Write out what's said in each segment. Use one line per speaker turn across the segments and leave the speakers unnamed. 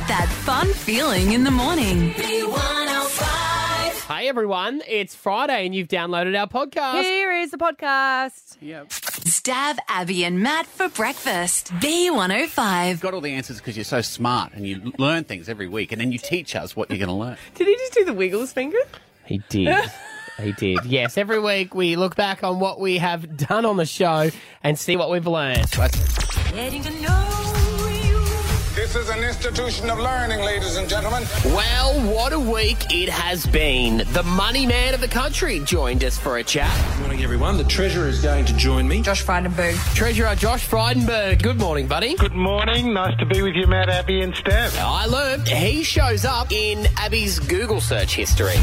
fun feeling in the morning.
Hey everyone, it's Friday and you've downloaded our podcast.
Here is the podcast.
Stab Abby and Matt for breakfast. B105.
got all the answers because you're so smart and you l- learn things every week and then you teach us what you're going to learn.
Did he just do the Wiggles finger?
He did. he did. Yes, every week we look back on what we have done on the show and see what we've learned.
That's-
Getting to know you.
This is an institution of learning, ladies and gentlemen.
Well, what a week it has been. The money man of the country joined us for a chat.
Morning, everyone. The treasurer is going to join me.
Josh Frydenberg.
Treasurer Josh Frydenberg. Good morning, buddy.
Good morning. Nice to be with you, Matt, Abby, and Steph.
I learned he shows up in Abby's Google search history.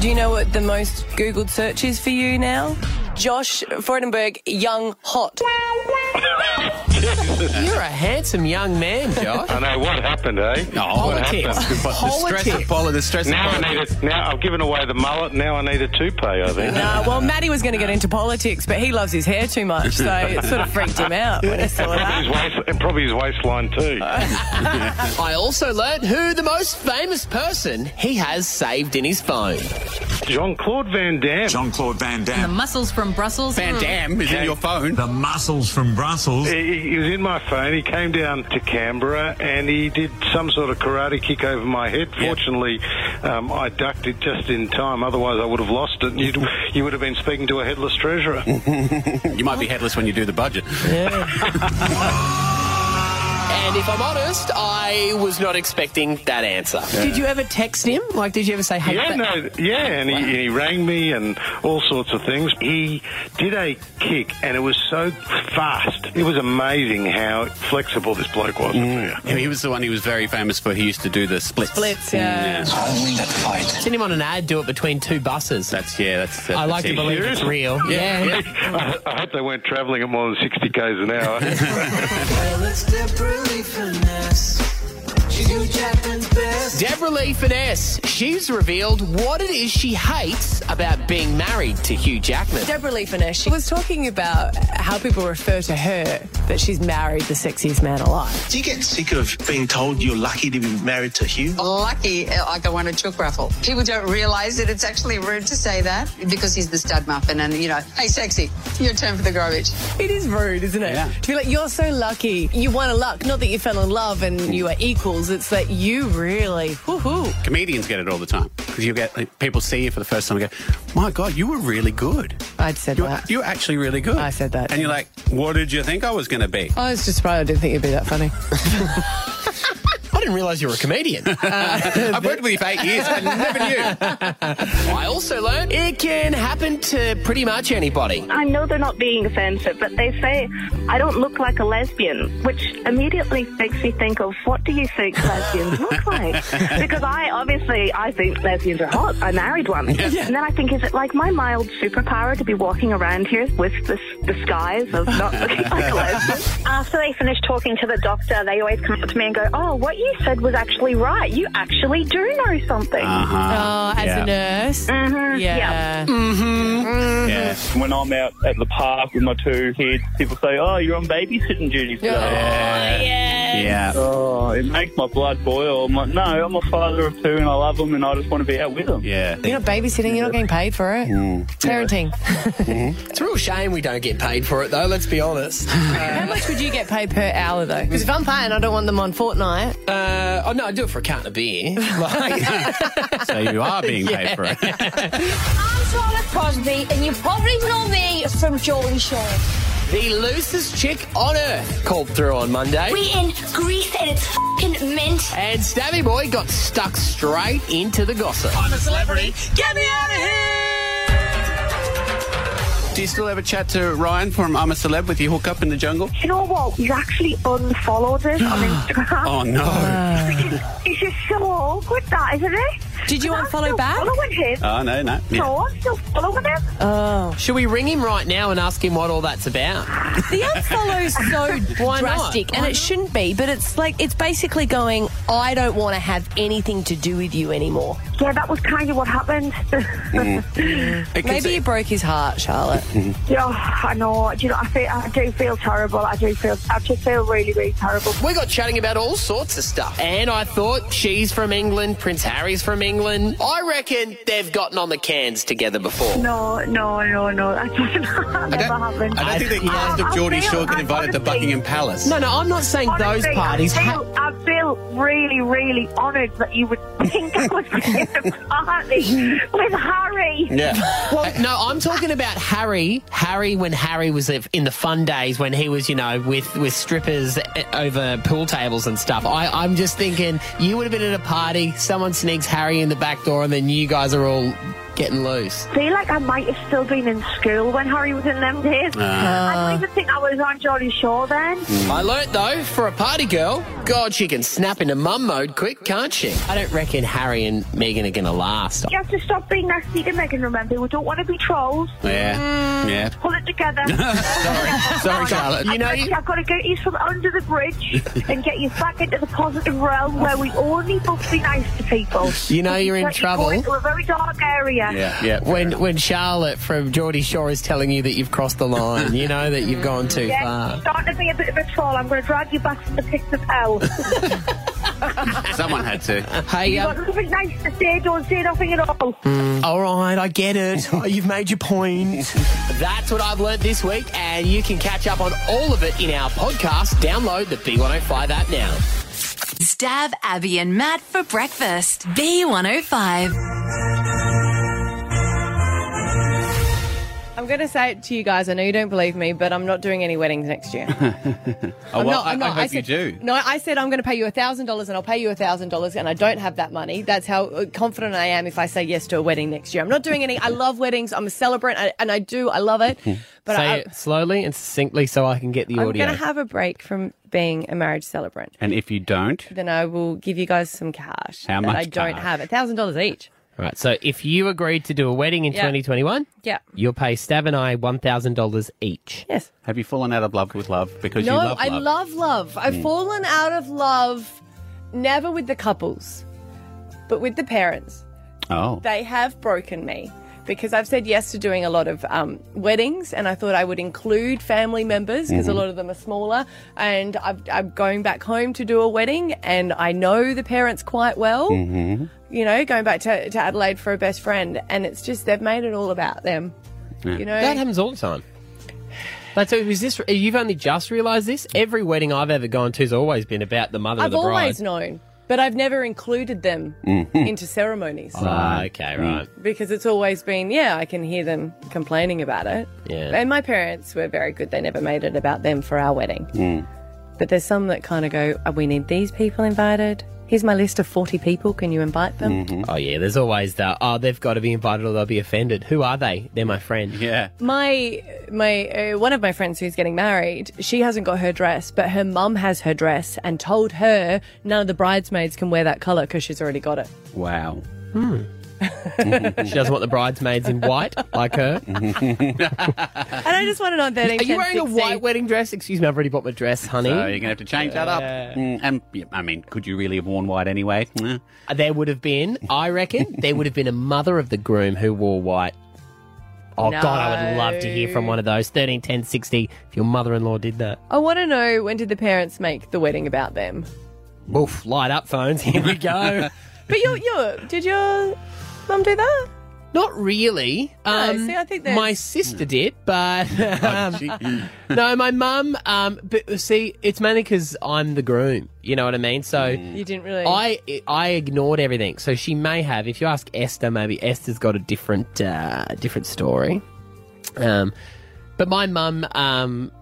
Do you know what the most Googled search is for you now? Josh Freudenberg, young hot.
You're a handsome young man, Josh.
I know what happened, eh?
Oh, what
Politics.
happened? The stress
Politics.
of poli- the stress of
Now I
poli-
need a, now I've given away the mullet. Now I need a toupee. I think.
Uh, well, Maddie was going to get into politics, but he loves his hair too much, so it sort of freaked him out when he saw
His
that.
waist, and probably his waistline too.
I also learned who the most famous person he has saved in his phone.
Jean Claude Van Damme.
Jean Claude Van
The
Damme.
muscles from Brussels. Mm.
Van Damme is in your phone.
Hmm. The muscles from Brussels.
He, he was in my phone. He came down to Canberra and he did some sort of karate kick over my head. Fortunately, um, I ducked it just in time. Otherwise, I would have lost it. And you'd, you would have been speaking to a headless treasurer.
You might be headless when you do the budget.
And if I'm honest, I was not expecting that answer. Did you ever text him? Like, did you ever say, hey,
Yeah,
th-
no, yeah, and he, and he rang me and all sorts of things. He did a kick, and it was so fast. It was amazing how flexible this bloke was.
Yeah, he was the one he was very famous for. He used to do the splits.
Splits, yeah.
send him on an ad, do it between two buses?
That's yeah. That's, that's
I like to
it.
believe it's real. Yeah.
I, I hope they weren't travelling at more than 60 k's an hour.
Deborah Lee Finesse, she's revealed what it is she hates about being married to Hugh Jackman.
Deborah Lee Finesse, she was talking about how people refer to her that she's married the sexiest man alive.
Do you get sick of being told you're lucky to be married to Hugh?
lucky like I won a chook raffle. People don't realise that it's actually rude to say that because he's the stud muffin and, you know, hey, sexy, your turn for the garbage.
It is rude, isn't it?
Yeah.
To be like, you're so lucky. You won a luck. Not that you fell in love and you are equals. It's that you really, woohoo.
Comedians get it all the time because you get like, people see you for the first time and go, "My God, you were really good.
I'd said
You're,
that.
you're actually really good."
I said that.
and you're like, "What did you think I was going to be?"
I was just surprised I didn't think it'd be that funny.
I didn't realise you were a comedian.
Uh, I've worked with you for eight years. I never knew.
I also learned it can happen to pretty much anybody.
I know they're not being offensive, but they say, I don't look like a lesbian, which immediately makes me think of what do you think lesbians look like? Because I obviously, I think lesbians are hot. I married one. And then I think, is it like my mild superpower to be walking around here with this disguise of not looking like a lesbian? After they finish talking to the doctor, they always come up to me and go, oh, what you said was actually right. You actually do know something. Mm,
Oh, as a nurse? Mm-hmm. Yeah.
Mm-hmm.
Yeah.
When I'm out at the park with my two kids, people say, "Oh, you're on babysitting duty today."
Yeah.
Oh, it makes my blood boil. I'm like, "No, I'm a father of two, and I love them, and I just want to be out with them."
Yeah.
You're not babysitting, you're not getting paid for it. Parenting.
Mm-hmm.
It's a real shame we don't get paid for it, though, let's be honest.
How much would you get paid per hour, though? Because if I'm paying, I don't want them on fortnight.
Uh, oh, no, I do it for a carton of beer. Like,
So you are being paid for it.
I'm Charlotte Crosby, and you probably know me from Geordie Shore.
The loosest chick on earth called through on Monday.
We in Greece and it's fucking mint.
and Stabby Boy got stuck straight into the gossip.
I'm a celebrity. Get me out of here! Do you still ever chat to Ryan from I'm a Celeb with you hook up in the jungle?
You know what? You actually unfollowed us on Instagram.
Oh no.
Uh, It's just so awkward, that isn't it?
Did you
I'm
unfollow
still
back?
Following him.
oh no, no. Yeah.
No, I'm still following him.
Oh.
Should we ring him right now and ask him what all that's about?
The unfollow is so
Why not?
drastic, and it shouldn't be, but it's like, it's basically going, I don't want to have anything to do with you anymore.
Yeah, that was kind of what happened.
Mm.
Maybe it Mm-hmm. broke his heart, Charlotte.
Mm. Yeah, I know. Do you know? I feel, I do feel terrible. I do feel. I just feel really, really terrible.
We got chatting about all sorts of stuff. And I thought she's from England, Prince Harry's from England. I reckon they've gotten on the cans together before.
No, no, no, no. That doesn't that never happened.
I don't think they
I-
asked if
I
Geordie
feel-
Shore
I
got invited to
Uh, honestly-
Buckingham Palace.
No, no, I'm not saying those
Honestly,
parties.
I feel, I feel really, really honoured that you would think I was going to party with Harry.
Well, no, I'm talking about Harry. Harry, when Harry was if- in the fun days, when he was, you know, with, with strippers eh, over pool tables and stuff. I, I'm just thinking you would have been at a party, someone sneaks Harry in the back door, and then you guys are all getting loose.
I feel like I might have still been in school when Harry was in them days. I
Ah.
don't even think I was on Geordie Shore then.
I learnt though, for a party girl, God, she can snap into mum mode quick, can't she? I don't reckon Harry and Megan are going to last.
You have to stop being nasty to Megan, remember? We don't want to be trolls. Mm.
Yeah. Yeah.
Pull it together.
Sorry, Charlotte.
You know, I've got to get you from under the bridge and get you back into the positive realm where we only must be nice to people.
You know you're in
But
trouble.
You're going to a very dark area.
yeah. When when Charlotte from Geordie Shore is telling you that you've crossed the line, you know that you've gone too
Yeah,
far.
starting to be a bit of a troll. I'm going to drag you back from the pits of hell.
Someone had to.
Hey,
You've
um,
got nothing nice to say. Don't say nothing at all.
Mm. all right, I get it. Oh, You've made your point. That's what I've learnt this week, and you can catch up on all of it in our podcast. Download the B105 app now.
Stab Abby and Matt for breakfast. B105.
I'm going to say it to you guys. I know you don't believe me, but I'm not doing any weddings next year.
Oh,
I'm
well,
not-
I,
I'm
I
not.
hope
I
you
said-
do.
No, I said I'm going to pay you thousand dollars, and I'll pay you thousand dollars, and I don't have that money. That's how uh, confident I am if I say yes to a wedding next year. I'm not doing any. I love weddings. I'm a celebrant, I, and I do. I love it. But
Hmm. Say
I,
it slowly and succinctly so I can get the
I'm
audio.
going to have a break from being a marriage celebrant.
And if you don't,
Then I will give you guys some cash
How
that
much
I don't
cash?
have a thousand dollars each.
Right. So if you agreed to do a wedding in
Yeah.
2021,
Yeah.
you'll pay Stab and I $1,000 each.
Yes.
Have you fallen out of love with love because
no,
you love
I
love?
love love. I've
Mm.
fallen out of love, never with the couples, but with the parents.
Oh.
They have broken me because I've said yes to doing a lot of um, weddings, and I thought I would include family members because a
Mm-hmm.
Mhm.
lot of them are smaller. And I've, I'm going back home to do a wedding, and I know the parents quite well.
Mm-hmm.
You know, going back to, to Adelaide for a best friend, and it's just they've made it all about them. You know,
That happens all the time. But so is this? You've only just realised this. Every wedding I've ever gone to has always been about the mother of
I've
the bride.
always known, but I've never included them
Mm-hmm.
Mhm.
into ceremonies.
Ah, okay, right.
Because it's always been, yeah, I can hear them complaining about it.
Yeah.
And my parents were very good. They never made it about them for our wedding.
Mm-hmm.
But there's some that kind of go, oh, we need these people invited. Here's my list of 40 people. Can you invite them?
Mm-hmm.
Oh yeah, there's always that. Oh, they've got to be invited or they'll be offended. Who are they? They're my friend.
Yeah.
My my uh, one of my friends who's getting married, she hasn't got her dress, but her mum has her dress and told her none of the bridesmaids can wear that color because she's already got it.
Wow.
Hmm. she doesn't want the bridesmaids in white like her.
Mm-hmm.
And I just want to know on 13,
Are you wearing a
10,
white wedding dress? Excuse me, I've already bought my dress, honey.
So you're going to have to change that up.
Yeah.
Mm, and yeah, I mean, could you really have worn white anyway? Nah.
Uh, There would have been, I reckon, there would have been a mother of the groom who wore white. Oh, God, I would love to hear from one of those. 13, 10, 60, if your mother in law did that.
I want to know when did the parents make the wedding about them?
Woof, light up phones. Here we go.
But you, you did your mum do that?
Not really.
No,
Um,
see, I think there's-
my sister did, but um, no, my mum. Um, but see, it's mainly because I'm the groom. You know what I mean? So
You didn't really.
I I ignored everything. So she may have. If you ask Esther, maybe Esther's got a different uh, different story. Um, but my mum um,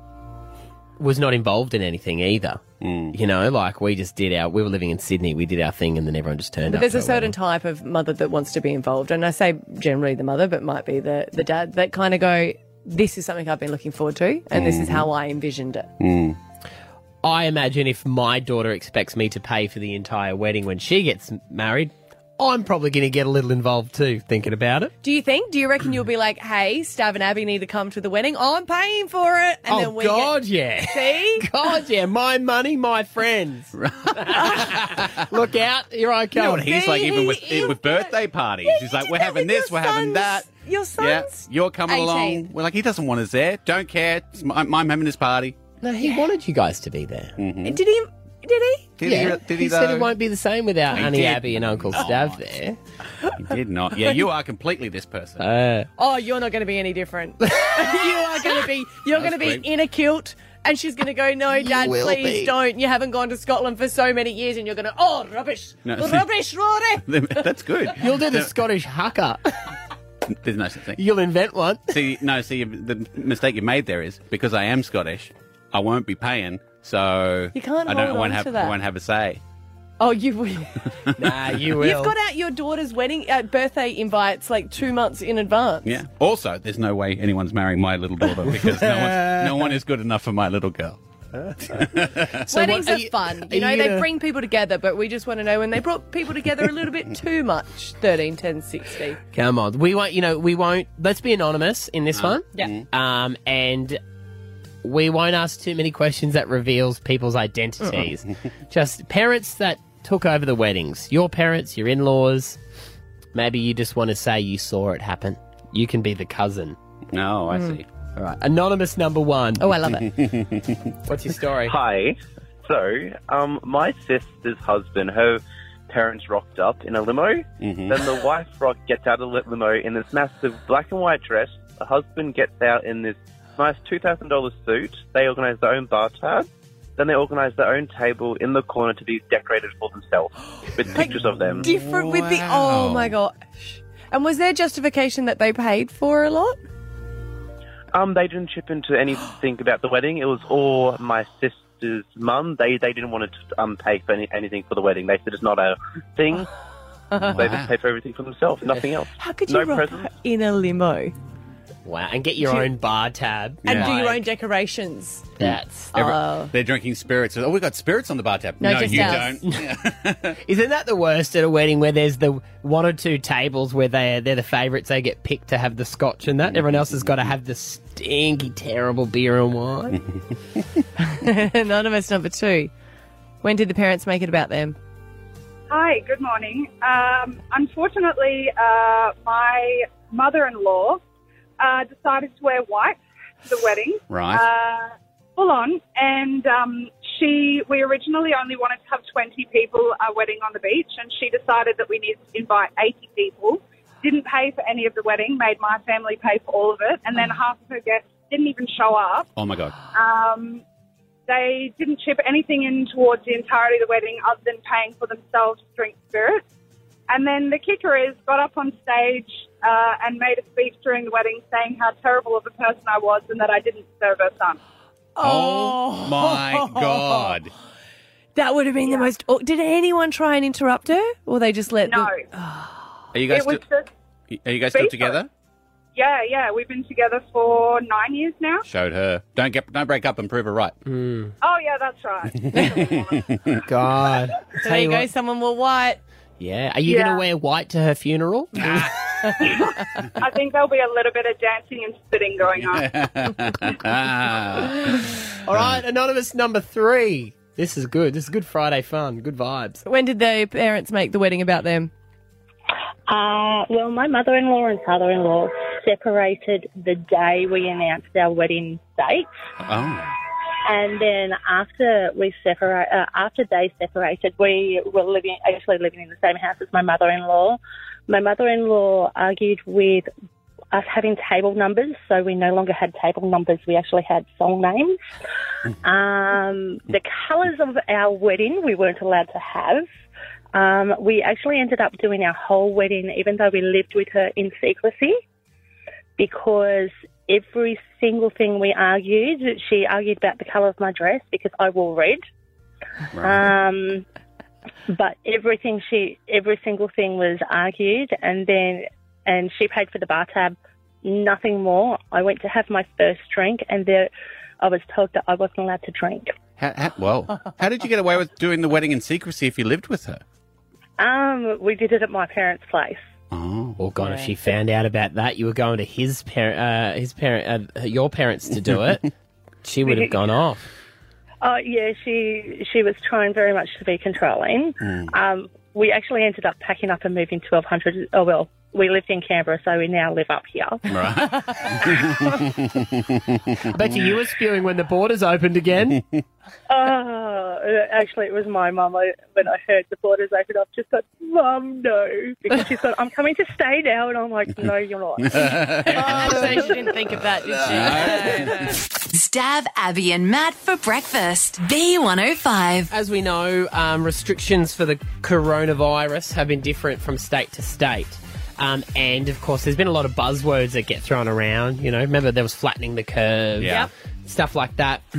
was not involved in anything either. You know, like we just did our. We were living in Sydney. We did our thing, and then everyone just turned
But
up.
there's
for
a
our
certain type of mother that wants to be involved, and I say generally the mother, but might be the the dad that kind of go, "This is something I've been looking forward to, and this is how I envisioned it."
Mm. I imagine if my daughter expects me to pay for the entire wedding when she gets m- married, I'm probably going to get a little involved too, thinking about it.
Do you think? Do you reckon you'll be like, hey, Stav and Abby need to come to the wedding? I'm paying for it. And
oh,
then we
God,
Get...
yeah.
See?
God, yeah. My money, my friends. Look out, you're okay.
You know what he's like, even with with birthday parties, he's like, we're having this, we're having that.
Your
Yeah,
son's
you're coming
18.
along. We're like, he doesn't want us there. Don't care. It's my, I'm having his party.
No, he wanted you guys to be there.
Mm-hmm.
Did he? Did he?
Did
yeah,
he? uh, Did he,
said
though?
it won't be the same without
He
Honey
did.
Abby and Uncle
Oh,
Stav there.
He did not. Yeah, you are completely this person.
Uh,
Oh, you're not going to be any different. you are going to be. You're going to be
great.
in a kilt. And she's going to go, no, Dad,
will
please
be.
don't. You haven't gone to Scotland for so many years. And you're going to, oh, rubbish.
No.
rubbish, Rory.
That's good.
You'll do the
No.
Scottish hucker.
There's no such thing.
You'll invent one.
See, no, see, the mistake you made there is because I am Scottish, I won't be paying, so
You can't
I don't.
hold
I won't
on
have.
to that.
I won't have a say.
Oh, you will.
nah, you
You've got out your daughter's wedding uh, birthday invites like two months in advance.
Yeah. Also, there's no way anyone's marrying my little daughter because no, one's, no one is good enough for my little girl.
So
Weddings
what-
are,
are you-
fun.
are
You know,
you
they
gonna-
bring people together, but we just want to know when they brought people together a little bit too much. 13, 10, 60.
Come on, we won't. You know, we won't. Let's be anonymous in this one.
Yeah.
Mm.
Mhm.
Um, and we won't ask too many questions that reveals people's identities.
Mm.
just parents that took over the weddings. Your parents, your in-laws. Maybe you just want to say you saw it happen. You can be the cousin.
No, Oh, I see.
All right, anonymous number one.
Mm. Oh, I love it.
What's your story?
Hi. So, um, my sister's husband, her parents rocked up in a limo. Mm-hmm. Then the wife rock gets out of the limo in this massive black and white dress. The husband gets out in this nice $2,000 suit. They organise their own bar tab. Then they organise their own table in the corner to be decorated for themselves with pictures of them.
Different with the. Oh, my gosh. And was there justification that they paid for a lot?
Um, they didn't chip into anything about the wedding. It was all my sister's mum. They they didn't want to um, pay for any, anything for the wedding. They said it's not a thing. They just pay for everything for themselves, nothing else.
How could you
no
rock
presents.
up in a limo?
Wow, and get your
Do-
own bar tab
And do your
Like,
own decorations.
That's
Every-
Oh.
They're drinking spirits. Oh, we got spirits on the bar tab.
No, just
you
ours.
don't.
Isn't that the worst at a wedding where there's the one or two tables where they they're the favourites, they get picked to have the scotch and that. Everyone else has got to have the stinky, terrible beer and wine.
Anonymous number two. When did the parents make it about them?
Hi, good morning. Um, unfortunately, uh, my mother in law uh, decided to wear white to the wedding.
Right.
Uh, full on. And um, she, we originally only wanted to have 20 people at a wedding on the beach, and she decided that we needed to invite 80 people. Didn't pay for any of the wedding, made my family pay for all of it, and then half of her guests didn't even show up.
Oh my god.
Um, they didn't chip anything in towards the entirety of the wedding other than paying for themselves drink spirits. And then the kicker is got up on stage uh, and made a speech during the wedding saying how terrible of a person I was and that I didn't serve her son.
Oh, my god.
That would have been the most. Oh, did anyone try and interrupt her, or they just let?
No.
the- Oh.
Are you guys
it was
still,
just,
are you guys still
basically-
together?
yeah, yeah, we've been together for nine years now.
Showed her. Don't get don't break up and prove her right.
Hmm.
Oh, yeah, that's right.
God,
there you, go. Someone wore white.
yeah. Are you
Yeah.
going to wear white to her funeral?
I think there'll be a little bit of dancing and spitting going on.
All right, anonymous number three. This is good. This is good Friday fun. Good vibes.
When did the parents make the wedding about them?
Uh, well, my mother in law and father in law separated the day we announced our wedding date.
Oh.
And then after we separa- uh, after they separated, we were living actually living in the same house as my mother-in-law. My mother-in-law argued with us having table numbers, so we no longer had table numbers. We actually had song names. um, the colours of our wedding we weren't allowed to have. Um, we actually ended up doing our whole wedding, even though we lived with her in secrecy because every single thing we argued, she argued about the colour of my dress because I wore red. Um, but everything she, every single thing was argued, and then and she paid for the bar tab, nothing more. I went to have my first drink, and there, I was told that I wasn't allowed to drink.
How, how, well, how did you get away with doing the wedding in secrecy if you lived with her?
Um, we did it at my parents' place.
Oh, well, God! If she found out about that, you were going to his parent, uh, his parent, uh, your parents to do it. she would have gone off.
Oh yeah, she she was trying very much to be controlling. Um, we actually ended up packing up and moving twelve hundred. Oh well, we lived in Canberra, so we now live up here.
I bet you, you were spewing when the borders opened again.
Oh, actually, it was my mum. I, when I heard the borders open up, just got mum, no, because she thought I'm coming to stay now, and I'm like, no, you're not.
so she didn't think of that, did she?
Stab Abby and Matt for breakfast. B105.
As we know, um, restrictions for the coronavirus have been different from state to state. Um, and of course, there's been a lot of buzzwords that get thrown around. You know, remember there was flattening the curve,
Yeah. Yep.
stuff like that.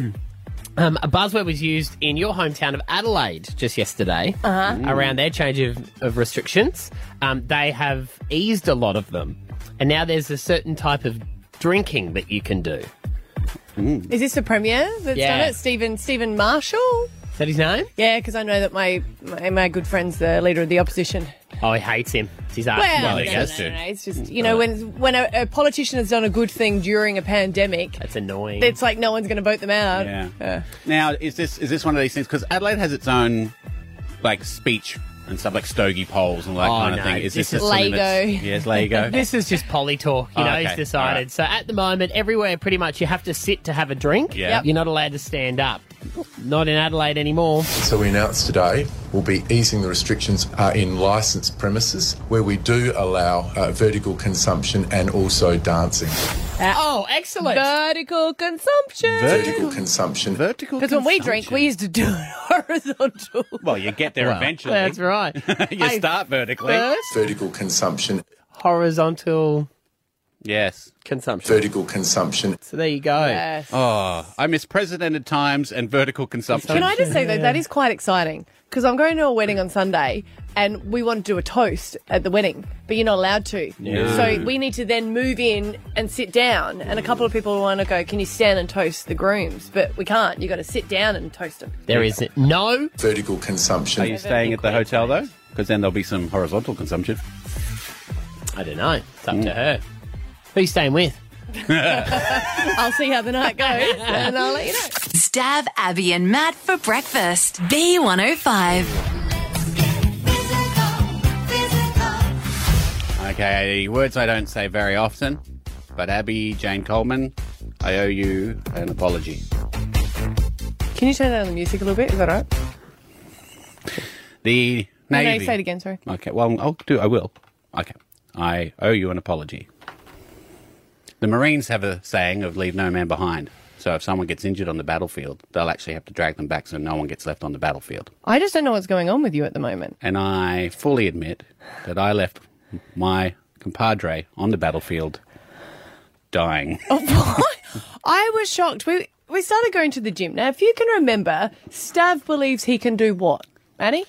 Um, a buzzword was used in your hometown of Adelaide just yesterday
Uh-huh. Mm.
around their change of, of restrictions. Um, they have eased a lot of them. And now there's a certain type of drinking that you can do.
Is this the premier that's
Yeah.
done it? Stephen Stephen Marshall?
Is that his name?
Yeah, because I know that my, my my good friend's the leader of the opposition.
Oh, he hates him. He's asked.
Well, no, no, no, no, no, It's just you know when when a, a politician has done a good thing during a pandemic,
That's annoying.
it's like no one's going to vote them out.
Yeah. Now, is this is this one of these things? Because Adelaide has its own like speech and stuff like stogie polls and all that
Oh,
kind of
no.
thing. Is
This is-
this, just something that's-
Lego.
Yeah, it's Lego.
This is just polytalk, you
Oh,
know,
okay.
he's decided.
All right.
So at the moment, everywhere pretty much you have to sit to have a drink.
Yeah. Yep.
You're not allowed to stand up. Not in Adelaide anymore.
So we announced today we'll be easing the restrictions uh, in licensed premises where we do allow uh, vertical consumption and also dancing.
oh, excellent!
Vertical consumption.
Vertical consumption.
Vertical.
Because when we drink, we used to do it horizontal.
Well, you get there
Well,
eventually.
that's right.
you
Hey,
start vertically.
first-
Vertical consumption.
Horizontal.
Yes.
Consumption.
Vertical consumption.
So there you go.
Oh, I miss precedented times and vertical consumption.
Can I just say though that is quite exciting because I'm going to a wedding on Sunday and we want to do a toast at the wedding, but you're not allowed to.
No.
So we need to then move in and sit down, and a couple of people want to go. Can you stand and toast the grooms? But we can't. You got to sit down and toast them.
There is no
vertical consumption.
Are you staying at the hotel though? Because then there'll be some horizontal consumption.
I don't know. It's up to her. Who you staying with?
Mm.
I'll see how the night goes, and I'll let you know.
Stab Abby and Matt for breakfast. B105.
Okay, words I don't say very often, but Abby Jane Coleman, I owe you an apology.
Can you turn down the music a little bit? Is that all right?
The Navy.
No, no, say it again. Sorry.
Okay, well, I'll do. I will. Okay, I owe you an apology. The Marines have a saying of "leave no man behind." So if someone gets injured on the battlefield, they'll actually have to drag them back so no one gets left on the battlefield.
I just don't know what's going on with you at the moment.
And I fully admit that I left my compadre on the battlefield, dying.
Oh, I was shocked. We we started going to the gym. Now, if you can remember, Stav believes he can do what, Annie?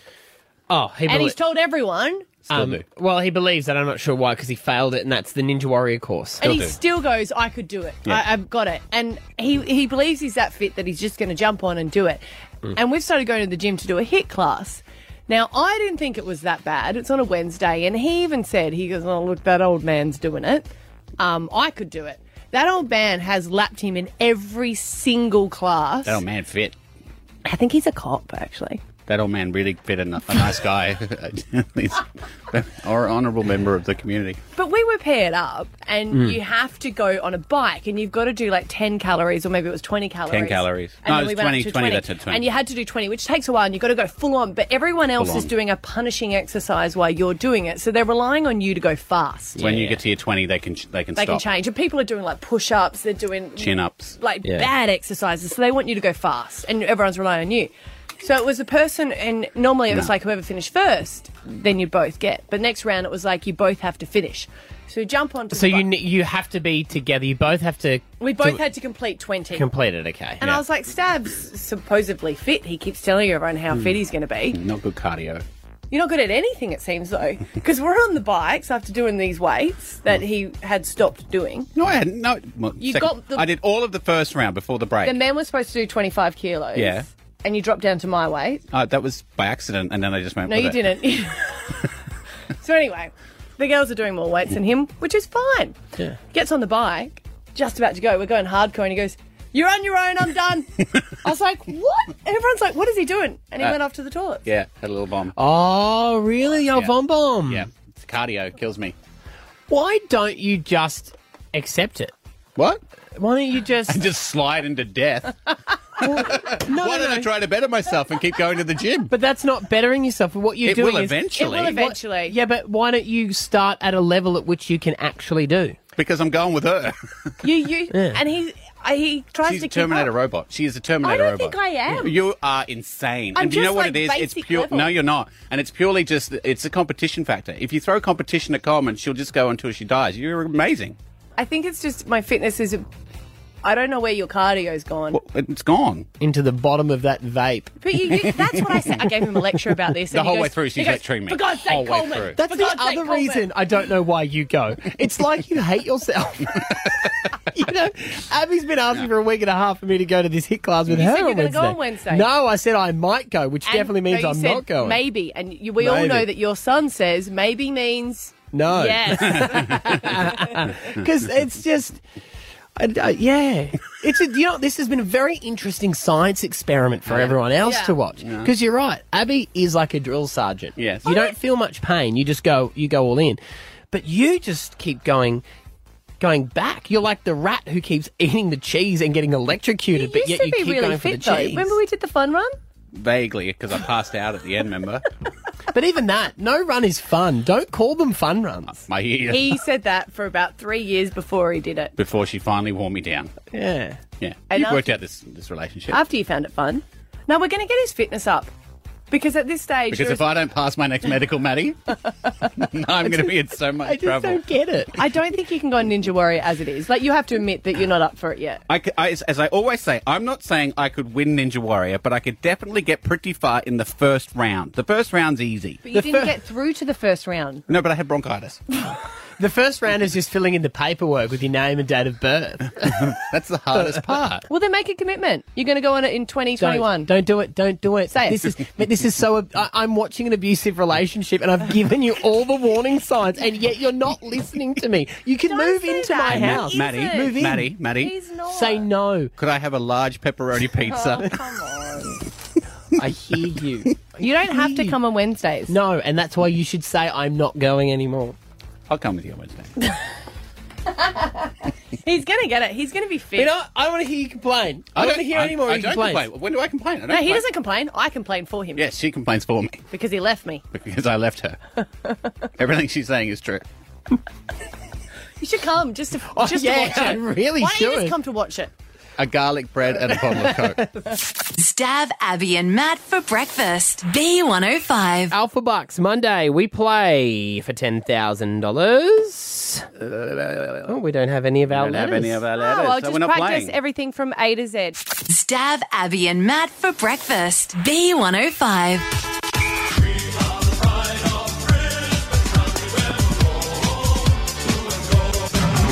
Oh, he
and
belie-
he's told everyone,
um, Well, he believes that. I'm not sure why, because he failed it, and that's the Ninja Warrior course.
and he still goes, "I could do it.
Yeah.
I, I've got it." And he he believes he's that fit that he's just going to jump on and do it.
Mm.
And we've started going to the gym to do a hit class. Now, I didn't think it was that bad. It's on a Wednesday, and he even said, "He goes, oh look, that old man's doing it. Um, I could do it." That old man has lapped him in every single class.
That old man fit.
I think he's a cop, actually.
That old man really fit a, a nice guy. He's an honourable member of the community.
But we were paired up, and
Mm.
you have to go on a bike, and you've got to do like 10 calories, or maybe it was 20 calories.
10 calories.
And
No,
then
it was
we went up
20,
to
20, that's it, 20.
And you had to do 20, which takes a while, and you've got to go full on. But everyone else
Full
is
on.
doing a punishing exercise while you're doing it. So they're relying on you to go fast.
When you get to your 20, they can they can
they
stop.
can change. And people are doing like push ups, they're doing
Chin ups.
like bad exercises. So they want you to go fast, and everyone's relying on you. So it was the person, and normally it was
No.
like whoever finished first, then you both get. But next round it was like you both have to finish. So you jump onto
So
the
you
bike.
ne- you have to be together. You both have to.
We both
do-
had to complete 20.
complete it. Okay.
And I was like, Stab's supposedly fit. He keeps telling everyone how fit he's going to be.
Hmm. Mm, Not good cardio.
You're not good at anything, it seems, though. Because we're on the bikes after doing these weights that he had stopped doing.
No, I hadn't. No, well,
You
second-
got the-
I did all of the first round before the break.
The men were supposed to do 25 kilos.
Yeah.
And you dropped down to my weight.
Uh, that was by accident, and then I just went.
No,
with
you
it.
didn't. So anyway, the girls are doing more weights than him, which is fine.
Yeah.
Gets on the bike, just about to go. We're going hardcore, and he goes, "You're on your own. I'm done." I was like, "What?" And everyone's like, "What is he doing?" And he
Uh,
went off to the toilet.
Yeah, had a little bomb.
Oh, really? Your
Yeah.
vom bomb?
Yeah, it's cardio kills me.
Why don't you just accept it?
What?
Why don't you just
And just slide into death. Why don't I try to better myself and keep going to the gym?
But that's not bettering yourself. What you're
It
doing
will
is-
eventually. It will
eventually.
yeah, but why don't you start at a level at which you can actually do?
Because I'm going with her.
You, you,
Yeah.
and he, I- he tries
She's
to
a
keep
Terminator
up.
robot. She is a Terminator
I don't
robot.
think I am.
You are insane.
I'm
and do you know
just,
what
like,
it is? It's
basic
pure.
level.
No, you're not. And it's purely just it's a competition factor. If you throw competition at Coleman, she'll just go until she dies. You're amazing.
I think it's just my fitness is. A, I don't know where your cardio's gone.
It's gone
into the bottom of that vape.
But you, you, that's what I said. I gave him a lecture about this.
The
and he
whole way
goes-
through, she's
he goes,
lecturing me.
For God's sake,
Whole way
Coleman.
through.
for
That's the
God's sake,
other
Coleman."
reason I don't know why you go. It's like you hate yourself. you know, Abby's been asking for a week and a half for me to go to this hit class with
You
her
said you're
on
gonna
Wednesday.
go on Wednesday.
No, I said I might go, which
And-
definitely means
no, you
I'm
said
not going.
Maybe, and you, we all
Maybe.
know that your son says maybe means
No.
Yes.
Because it's just, I, I- Uh, yeah, it's a, you know this has been a very interesting science experiment for everyone else
Yeah.
to watch.
Yeah.
Because you're right, Abby is like a drill sergeant.
Yes.
you don't feel much pain. You just go, you go all in, but you just keep going. Going back, you're like the rat who keeps eating the cheese and getting electrocuted, but
Used
yet
to
you
be
keep
really
going
fit
for the
though.
cheese.
Remember we did the fun run?
vaguely because I passed out at the end. Remember?
But even that, no run is fun. Don't call them fun runs.
My ear.
He said that for about three years before he did it.
Before she finally wore me down.
Yeah.
Yeah.
And
You've worked
after-
out this this relationship.
After you found it fun. Now we're going to get his fitness up because at this stage,
Because
you're-
if I don't pass my next medical, Maddie, I'm going to be in so much
I just
trouble.
don't
get it.
I don't think you can go on Ninja Warrior as it is. Like you have to admit that you're not up for it yet.
I, c- I- as- as I always say, I'm not saying I could win Ninja Warrior, but I could definitely get pretty far in the first round. The first round's easy.
But you didn't get through to the first round.
No, but I had bronchitis.
The first round is just filling in the paperwork with your name and date of birth.
That's the hardest part.
Well, then make a commitment. You're going to go on it in 2021.
Don't, don't do it. Don't do it.
Say it.
This is but this is so. I, I'm watching an abusive relationship, and I've given you all the warning signs, and yet you're not listening to me. You can move into my
Ma-
house,
Maddie,
Move in.
Maddie, Maddie.
Say no.
Could I have a large pepperoni pizza?
I hear you.
You don't have to come on Wednesdays.
No, and that's why you should say I'm not going anymore.
I'll come with you on Wednesday.
He's going to get it. He's going to be fit.
You know, I don't want to hear you complain. I, don't want to hear
I-
any more
I
of your
don't
complaints.
complain. When do I complain? I don't
no, he
complain.
doesn't complain. I complain for him
Yes, she complains for me
because he left me.
because I left her. Everything she's saying is true.
You should come just to,
Oh,
just
yeah,
to watch it.
I really
Why don't you
should.
just come to watch it?
A garlic bread and a bottle of Coke.
Stab Abby and Matt for breakfast. B105.
Alpha Bucks Monday. We play for ten thousand dollars. Oh, we don't have any of our
don't have
letters.
any of our letters, Oh, well, so
Uh, Ah, just practice everything from A to Z.
Stab Abby and Matt for breakfast. B105.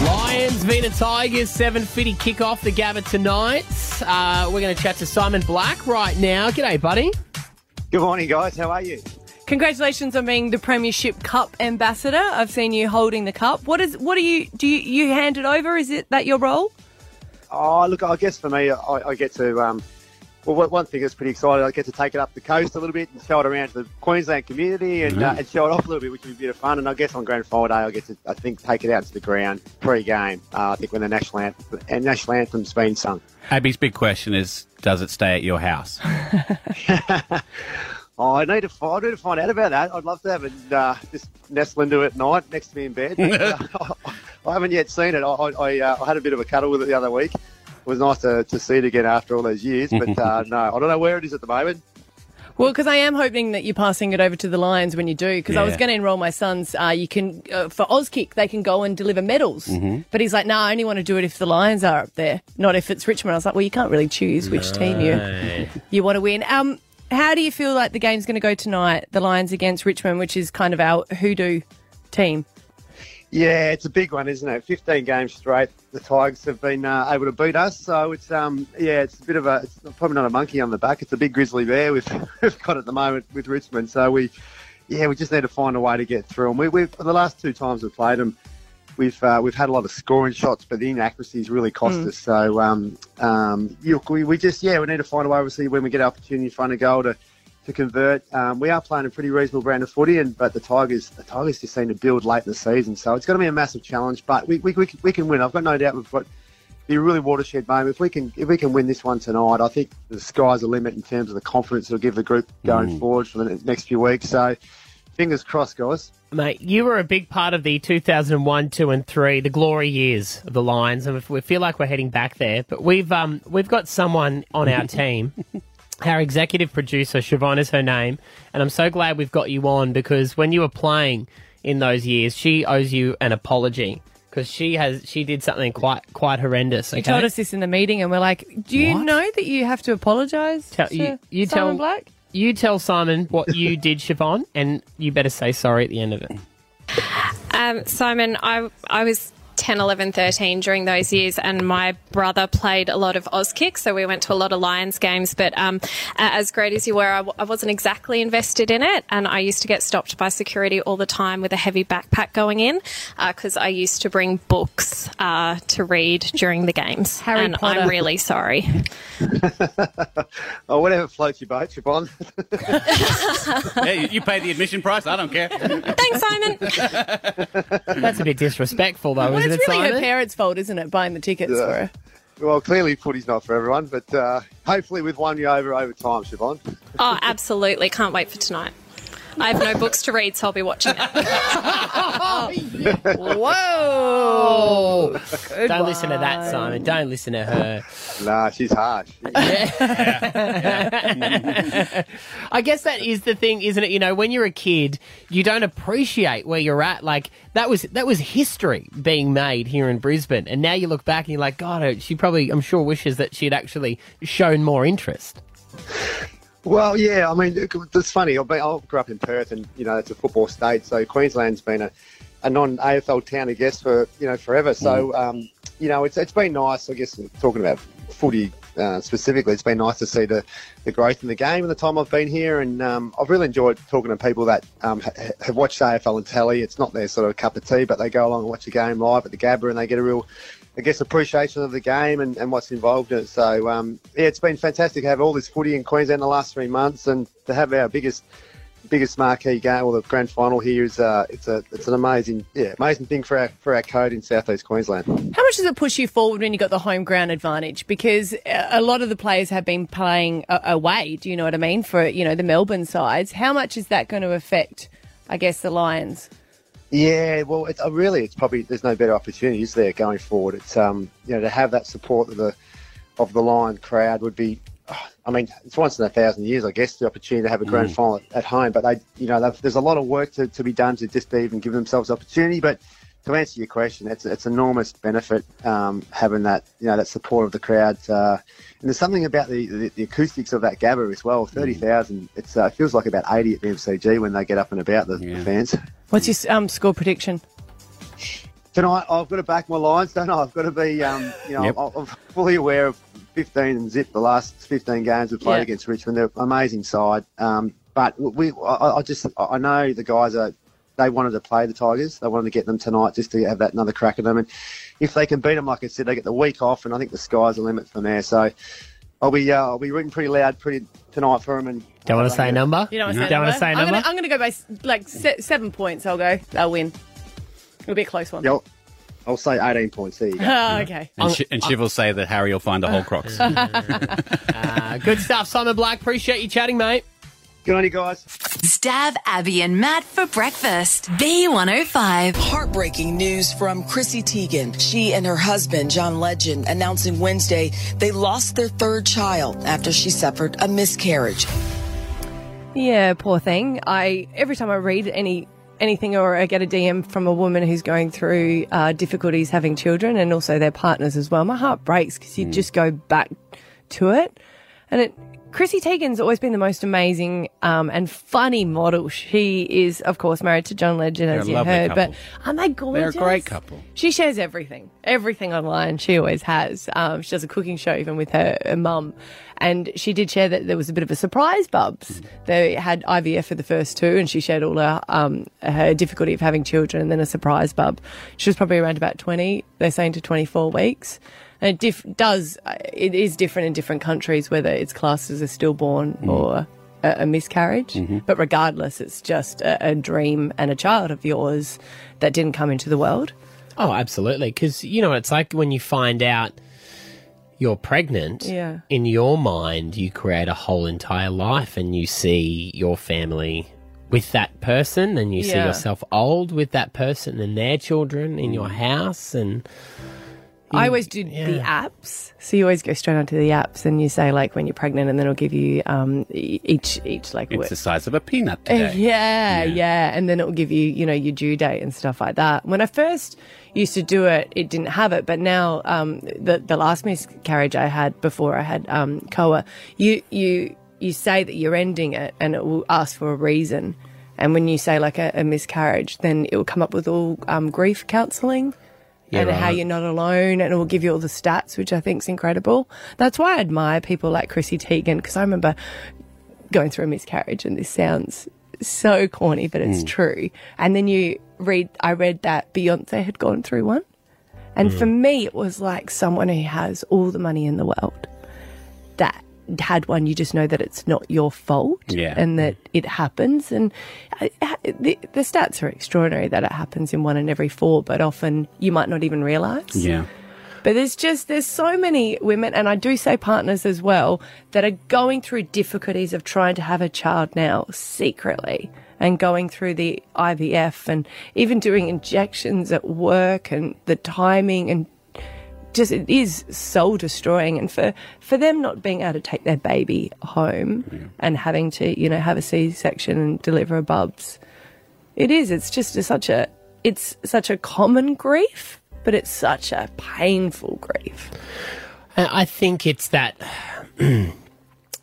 Lions v the Tigers, 7.50 kickoff, the Gabba tonight. Uh, we're going to chat to Simon Black right now. G'day, buddy.
Good morning, guys. How are you?
Congratulations on being the Premiership Cup ambassador. I've seen you holding the cup. What is? What do you do? You, you hand it over? Is it that your role?
Oh, look, I guess for me, I, I get to. Um, well, one- one thing that's pretty exciting, I get to take it up the coast a little bit and show it around to the Queensland community and, uh,
Mhm.
and show it off a little bit, which would be a bit of fun. And I guess on Grand Final Day, I get to, I think, take it out to the ground pre-game. Uh, I think when the national anthem, and national anthem's been sung.
Abby's big question is, does it stay at your house?
Oh, I need to, fi- I need to find out about that. I'd love to have it uh, just nestle into it at night next to me in bed. But, uh, I haven't yet seen it. I, I, I, uh, I had a bit of a cuddle with it the other week. It was nice to, to see it again after all those years. But uh, no, I don't know where it is at the moment.
Well, because I am hoping that you're passing it over to the Lions when you do. Because I was
Yeah.
going to enrol my sons. Uh, you can uh, for Auskick, they can go and deliver medals.
Mm-hmm.
Mm-hmm.
But he's like, no, I only want to do it if the Lions are up there, not if it's Richmond. I was like, well, you can't really choose which team you you want to win. Um, how do you feel like the game's going to go tonight? The Lions against Richmond, which is kind of our hoodoo team.
Yeah, it's a big one, isn't it? 15 games straight. The Tigers have been uh, able to beat us. So it's, um, yeah, it's a bit of a, it's probably not a monkey on the back. It's a big grizzly bear we've, we've got at the moment with Richmond. So we, yeah, we just need to find a way to get through them. We, we've the last two times we've played them, we've uh, we've had a lot of scoring shots, but the inaccuracies really cost
Mm.
us. So um, um, you, we, we just yeah, we need to find a way. Obviously, when we get opportunity in front of goal to to convert, um, we are playing a pretty reasonable brand of footy, and but the Tigers the Tigers just seem to build late in the season, so it's going to be a massive challenge. But we we, we, can- we can win. I've got no doubt. We've got be a really watershed moment. If we can if we can win this one tonight, I think the sky's the limit in terms of the confidence it'll give the group going
Mm.
forward for the ne- next few weeks. So fingers crossed, guys.
Mate, you were a big part of the 2001, 2 and 3, the glory years of the Lions, and we feel like we're heading back there. But we've um, we've got someone on our team. Our executive producer, Siobhan is her name, and I'm so glad we've got you on because when you were playing in those years, she owes you an apology because she has she did something quite quite horrendous.
She
okay?
told us this in the meeting, and we're like, "Do you
What?
know that you have to apologise?"
Tell-
to
you, you
Simon
tell
Black.
You tell Simon what you did, Siobhan, and you better say sorry at the end of it.
Um, Simon, I, I was 10, 11, 13 during those years, and my brother played a lot of Auskick, so we went to a lot of Lions games. But um, a- as great as you were, I, w- I wasn't exactly invested in it, and I used to get stopped by security all the time with a heavy backpack going in because I used to bring books uh, to read during the games.
Harry
and
Potter.
I'm really sorry.
Or Oh, whatever floats your boat, Siobhan.
yeah, you, you pay the admission price. I don't care.
Thanks, Simon.
That's a bit disrespectful, though,
Well,
isn't
it's
it,
really
Simon?
her parents' fault, isn't it? Buying the tickets for her.
well, clearly footy's not for everyone, but uh, hopefully we've won you over over time, Siobhan.
Oh, absolutely. Can't wait for tonight. I have no books to read, so I'll be watching it.
Whoa! Don't listen to that, Simon. Don't listen to her.
nah, she's harsh.
I guess that is the thing, isn't it? You know, when you're a kid, you don't appreciate where you're at. Like that was that was history being made here in Brisbane, and now you look back and you're like, God, uh, she probably, I'm sure, wishes that she'd actually shown more interest.
Well, yeah, I mean, it- it's funny. I, I grew up in Perth, and you know, it's a football state, so Queensland's been a, a non-AFL town, I guess, for you know forever. So, um, you know, it's it's been nice. I guess talking about footy uh, specifically, it's been nice to see the, the growth in the game in the time I've been here, and um, I've really enjoyed talking to people that um, ha- have watched AFL and telly. It's not their sort of cup of tea, but they go along and watch a game live at the Gabba, and they get a real I guess, appreciation of the game and, and what's involved in it. So, um, yeah, it's been fantastic to have all this footy in Queensland the last three months and to have our biggest biggest marquee game or the grand final here is uh, it's a it's an amazing yeah amazing thing for our for our code in southeast Queensland.
How much does it push you forward when you got the home ground advantage? Because uh, a lot of the players have been playing a- away. Do you know what I mean? For you know the Melbourne sides, how much is that going to affect? I guess the Lions.
Yeah, well, it, uh, really, it's probably there's no better opportunities there going forward. It's um you know to have that support of the of the Lion crowd would be. uh, I mean, it's once in a thousand years, I guess, the opportunity to have a grand
Mm.
final at home. But they, you know, they've- there's a lot of work to, to be done to just even give themselves opportunity. But to answer your question, it's it's enormous benefit um, having that you know that support of the crowd. Uh, and there's something about the, the, the acoustics of that Gabba as well. Thirty thousand, it's uh, it feels like about eighty at the MCG when they get up and about the, the fans.
What's your um, score prediction?
Tonight, I've got to back my lines, don't I? I've got to be, um, you know,
Yep.
I'm, I'm fully aware of 15 and zip the last 15 games we've played
Yeah.
against Richmond. They're an amazing side. Um, but we, I, I just, I know the guys are, they wanted to play the Tigers. They wanted to get them tonight just to have that another crack at them. And if they can beat them, like I said, they get the week off, and I think the sky's the limit from there. So I'll be, uh, I'll be rooting pretty loud pretty tonight for them. And
Don't want to say a number.
You don't want to say
don't
number?
want to say a
I'm
number.
Gonna, I'm going to go by s- like se- seven points. I'll go. They'll win. It'll be a close one.
Yeah, I'll, I'll say 18 points. There you go.
Ah, okay.
And, Shi and Shiv will say that Harry will find the whole crocs.
Uh, good stuff, Simon Black. Appreciate you chatting, mate.
Good on you guys.
Stab Abby and Matt for breakfast. B105.
Heartbreaking news from Chrissy Teigen. She and her husband, John Legend, announcing Wednesday they lost their third child after she suffered a miscarriage.
Yeah, poor thing. I every time I read any anything or I get a DM from a woman who's going through uh, difficulties having children and
Hmm.
also their partners as well, my heart breaks because you just go back to it, and it Chrissy Teigen's always been the most amazing um, and funny model. She is, of course, married to John Legend,
They're
as
a
you
lovely
heard.
couple.
But aren't they
They're
gorgeous?
a great couple.
She shares everything, everything online. She always has. Um, she does a cooking show even with her, her mum. And she did share that there was a bit of a surprise bubs. They had IVF for the first two, and she shared all her um, her difficulty of having children, and then a surprise bub. She was probably around about twenty. They're saying to twenty four weeks. And it diff- does uh, it is different in different countries whether it's classed as a stillborn or a, a miscarriage. But regardless, it's just a, a dream and a child of yours that didn't come into the world.
Oh, absolutely. Because, you know, it's like when you find out you're pregnant,
Yeah.
in your mind, you create a whole entire life and you see your family with that person and you see
Yeah.
yourself old with that person and their children in your house. And
Mm. I always do the apps. So you always go straight onto the apps and you say like when you're pregnant, and then it'll give you um, e- each each like
It's
word.
the size of a peanut
Uh,
today.
Yeah, yeah, And then it will give you, you know, your due date and stuff like that. When I first used to do it, it didn't have it. But now, um, the, the last miscarriage I had before I had, um, COA, you, you, you say that you're ending it and it will ask for a reason. And when you say like a, a miscarriage, then it will come up with all, um, grief counseling.
Yeah,
and how
right.
you're not alone, and it will give you all the stats, which I think is incredible. That's why I admire people like Chrissy Teigen, because I remember going through a miscarriage and this sounds so corny but it's
Mm.
true and then you read i read that beyonce had gone through one and for
Mm.
me it was like someone who has all the money in the world that had one you just know that it's not your fault
Yeah.
and that it happens and I- I- the, the stats are extraordinary that it happens in one in every four but often you might not even realize
Yeah.
but there's just there's so many women, and I do say partners as well, that are going through difficulties of trying to have a child now secretly, and going through the IVF, and even doing injections at work, and the timing, and just it is soul destroying. And for for them not being able to take their baby home and having to you know have a C section and deliver a bubs, it is. It's just a, such a it's such a common grief, but it's such a painful grief.
I I think it's that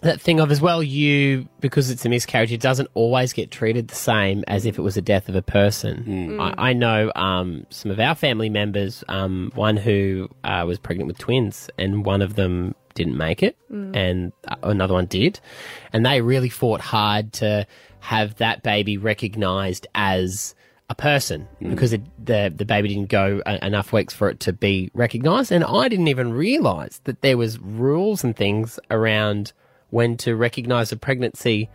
that thing of as well you because it's a miscarriage it doesn't always get treated the same as if it was a death of a person I, I know um, some of our family members um, one who uh, was pregnant with twins and one of them didn't make it
Mm.
and uh, another one did and they really fought hard to have that baby recognized as a person
Mm.
because it, the the baby didn't go a, enough weeks for it to be recognized and I didn't even realize that there was rules and things around when to recognize a pregnancy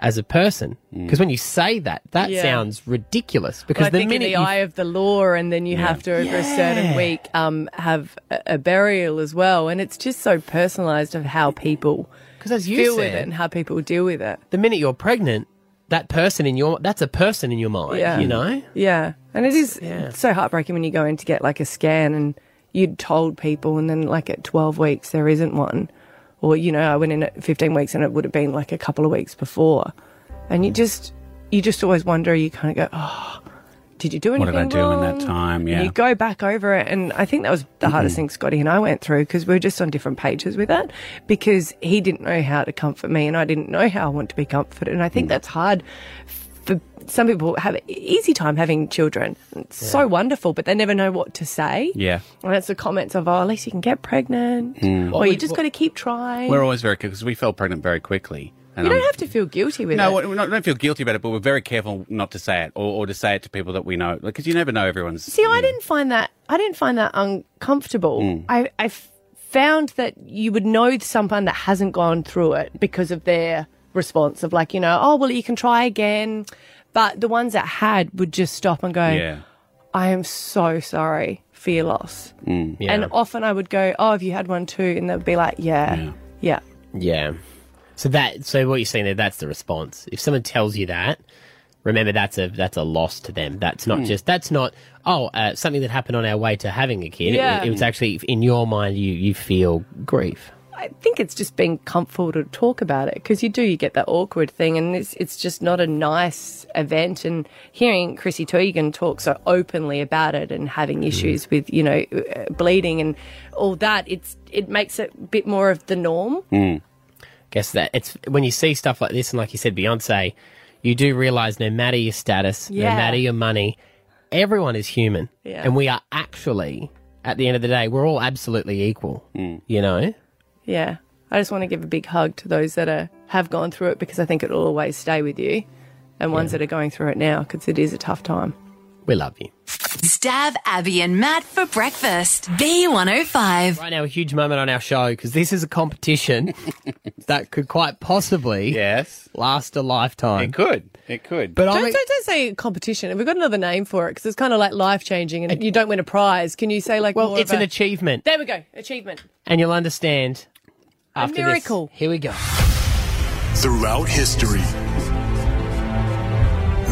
as a person because when you say that that
Mm. Yeah.
sounds ridiculous because
I
the
think in
minute
the
you
eye of the law, and then you have to over a certain
Yeah.
week um, have a, a burial as well, and it's just so personalised of how people
'Cause as you
feel with
said-
it and how people deal with it.
the minute you're pregnant that person in your that's a person in your mind
Yeah.
you know
Yeah, and it is
Yeah.
so heartbreaking when you go in to get like a scan and you'd told people, and then like at twelve weeks there isn't one, or you know I went in at fifteen weeks and it would have been like a couple of weeks before, and you just you just always wonder. You kind of go, oh, did you do
What
anything?
did I do in
wrong?
that time?
And
Yeah.
You go back over it, and I think that was the hardest thing Scotty and I went through because we were just on different pages with it because he didn't know how to comfort me, and I didn't know how I want to be comforted. And I
Mm.
think that's hard for some people have an easy time having children. It's so wonderful, but they never know what to say.
Yeah.
And it's the comments of, oh, at least you can get pregnant,
Mm.
or you just got to keep trying.
We're always very because we fell pregnant very quickly. And
you
I'm-
don't have to feel guilty with
no,
it.
we don't feel guilty about it, but we're very careful not to say it or, or to say it to people that we know because you never know everyone's.
See, I didn't find that. I didn't find that uncomfortable.
Mm.
I, I f- found that you would know someone that hasn't gone through it because of their response of like, you know, oh well, you can try again. But the ones that had would just stop and go,
Yeah.
"I am so sorry for your loss." And often I would go, "Oh, have you had one too?" And they would be like, "Yeah, yeah,
Yeah. So that so what you're saying there, that's the response. If someone tells you that, remember that's a that's a loss to them. That's not
Hmm.
just that's not oh uh, something that happened on our way to having a kid. It-
Yeah.
It, was actually in your mind you you feel grief.
I think it's just being comfortable to talk about it because you do you get that awkward thing, and it's it's just not a nice event. And hearing Chrissy Teigen talk so openly about it and having
Mm.
issues with you know
Mm.
uh, bleeding and all that, it's it makes it a bit more of the norm.
guess that it's when you see stuff like this, and like you said, Beyonce, you do realize no matter your status,
Yeah.
no matter your money, everyone is human,
Yeah.
and we are actually at the end of the day, we're all absolutely equal. You know,
Yeah. I just want to give a big hug to those that are, have gone through it because I think it'll always stay with you and ones that are going through it now because it is a tough time.
we love you.
Stab Abby and Matt for breakfast. B105.
Right now, a huge moment on our show because this is a competition that could quite possibly yes last a lifetime. It could, it could. But
don't,
I'm
don't, don't say competition. Have we got another name for it? Because it's kind of like life changing and you don't win a prize. Can you say like,
well,
more
it's
of
an
a-
achievement.
There we go. Achievement.
and you'll understand after this.
miracle.
Here we go.
Throughout history,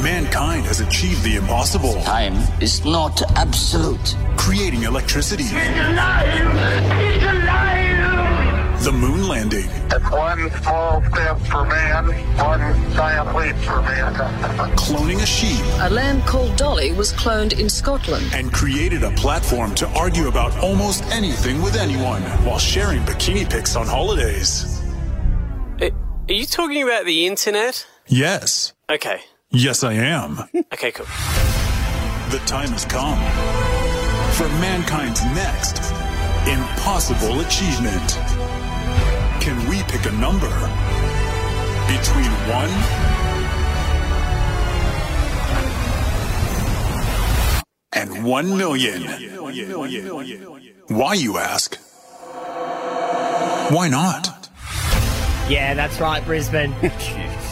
mankind has achieved the impossible. Time is not absolute. Creating electricity. The moon landing.
It's one small step for man, one giant leap for mankind.
Cloning a sheep.
A lamb called Dolly was cloned in Scotland.
And created a platform to argue about almost anything with anyone while sharing bikini pics on holidays.
Are you talking about the internet?
Yes.
Okay.
Yes, I am.
Okay, cool.
The time has come for mankind's next impossible achievement. Can we pick a number between 1 and 1 million? Why, you ask? Why not?
Yeah, that's right, Brisbane.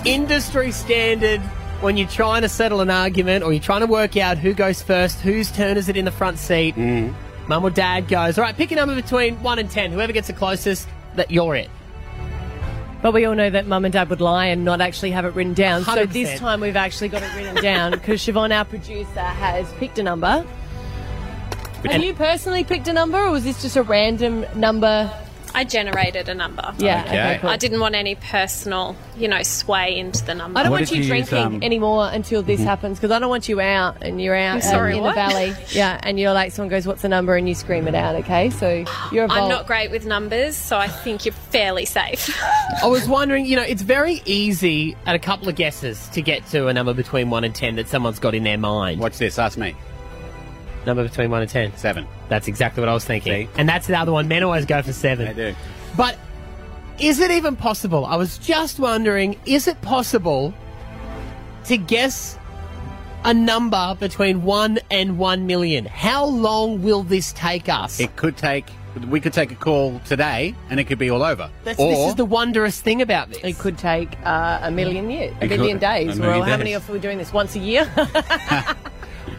Industry standard when you're trying to settle an argument or you're trying to work out who goes first, whose turn is it in the front seat.
Mm.
Mum or dad goes, all right, pick a number between 1 and 10. Whoever gets the closest, that you're it.
But we all know that mum and dad would lie and not actually have it written down. So
100%.
this time we've actually got it written down because Siobhan, our producer, has picked a number. Have you personally picked a number or was this just a random number?
I generated a number.
Yeah, okay, Okay. cool.
I didn't want any personal, you know, sway into the number.
I don't want you um, drinking anymore until this happens because I don't want you out and you're out
Um. I'm sorry,
um, in
what?
the valley. Yeah, and you're like, someone goes, "What's the number?" and you scream it out. Okay, so you're a
I'm
vault.
not great with numbers, so I think you're fairly safe.
I was wondering, you know, it's very easy at a couple of guesses to get to a number between 1 and 10 that someone's got in their mind. Watch this, ask me. Number between 1 and 10? 7. That's exactly what I was thinking. And that's the other one. Men always go for 7. They do. But is it even possible? I was just wondering, is it possible to guess a number between 1 and 1 million? How long will this take us?
It could take. We could take a call today, and it could be all over.
That's-
or
this is the wondrous thing about this.
It could take uh, a million years, a
It could-
million
a
days.
million
Well, how
days.
many of us are doing this once a year?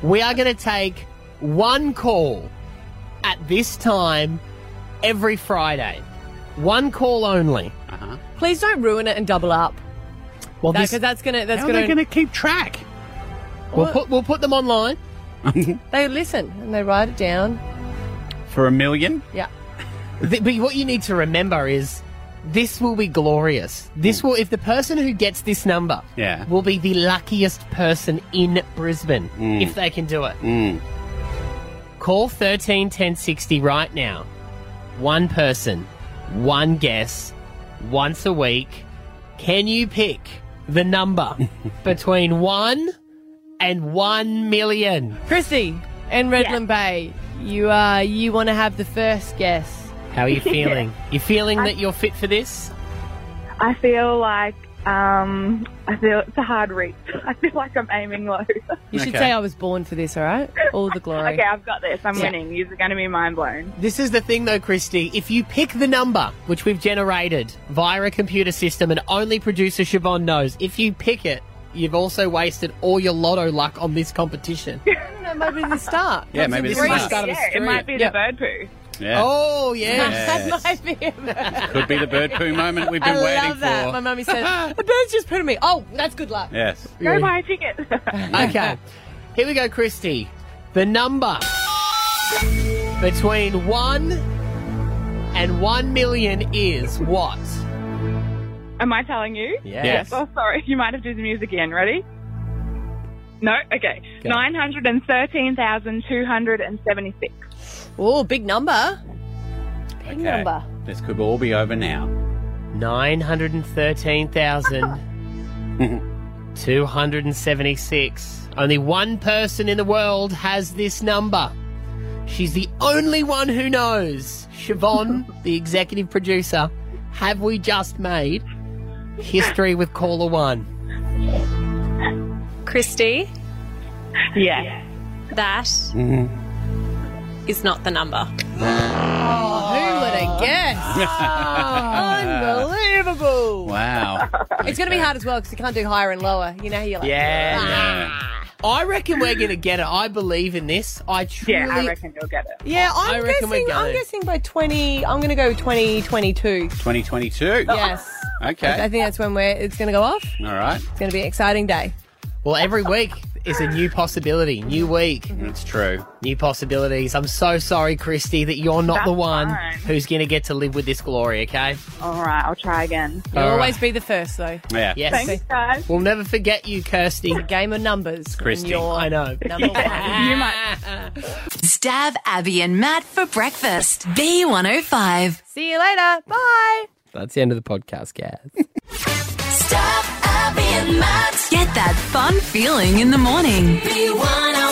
We are going to take one call at this time every Friday. One call only. Uh-huh.
Please don't ruin it and double up.
Well,
No,
this-
'cause that's gonna that's
How are
gonna
they gonna
keep track.
We'll put, we'll put them online.
They listen and they write it down.
for a million.
Yeah.
Th- but what you need to remember is this will be glorious. This will, if the person who gets this number
Yeah.
will be the luckiest person in Brisbane
Mm.
if they can do it.
Mm.
Hmm.
Call 13 1060 right now. One person, one guess, once a week. Can you pick the number between one and one million?
Christy and Redland Bay, you uh you want to have the first guess.
How are you feeling? You feeling that you're fit for this?
I feel like um, I feel it's a hard reach. I feel like I'm aiming low.
You should
Okay.
say I was born for this, all right? All the glory.
Okay, I've got this. I'm
Yeah.
winning. You're going to be mind blown.
This is the thing though, Christy. If you pick the number, which we've generated via a computer system and only producer Siobhan knows, if you pick it, you've also wasted all your lotto luck on this competition.
No, maybe the start.
Yeah, maybe this is the start of the
yeah, it
stream.
might be
Yeah.
the bird poo.
Yeah.
Oh,
yes.
that might be it.
Could be the bird poo moment we've been
I
waiting
love that.
for.
My mummy says, the bird's just put on me. Oh, that's good luck.
Yes.
Go
buy
a ticket.
okay. Here we go, Christy. The number between one and one million is what?
Am I telling you?
Yes. Yes.
Oh, sorry. You might have to do the music again. Ready? No? Okay.
Okay.
913,276.
Oh, big number.
Okay. This could all be over now.
913,276. Only one person in the world has this number. She's the only one who knows. Siobhan, the executive producer, have we just made history with caller one?
Christy,
Yeah.
that is not the number.
Oh, who would have guessed? Oh, Ah, Unbelievable.
Wow.
It's going to be hard as well because you can't do higher and lower. You know, you're like, "Ah."
Yeah.
Uh,
no. Ah. I reckon we're going to get it. I believe in this. I truly.
Yeah, I reckon
you'll get it.
Yeah,
I
I'm
reckon we're
guessing. I'm
going.
guessing by 20. I'm going to go 2022.
2022.
Yes.
Okay.
I think that's when we're. It's going to go off.
All right.
It's going to be an exciting day.
Well, every week is a new possibility, new week. Mm-hmm. It's
true.
New possibilities. I'm so sorry, Christy, that you're not the
That's
one
fine.
who's going to get to live with this glory, okay?
All right, I'll try again.
You'll All right. always
be the first, though.
Yeah. Yes.
Thanks, guys.
We'll never forget you, Kirsty. It's a
game of numbers.
Christy. I know.
You might. Stab Abby and Matt for breakfast. B105.
See you later. Bye.
That's the end of the podcast, guys.
Stab Abby and Matt. Get that fun feeling in the morning. B105.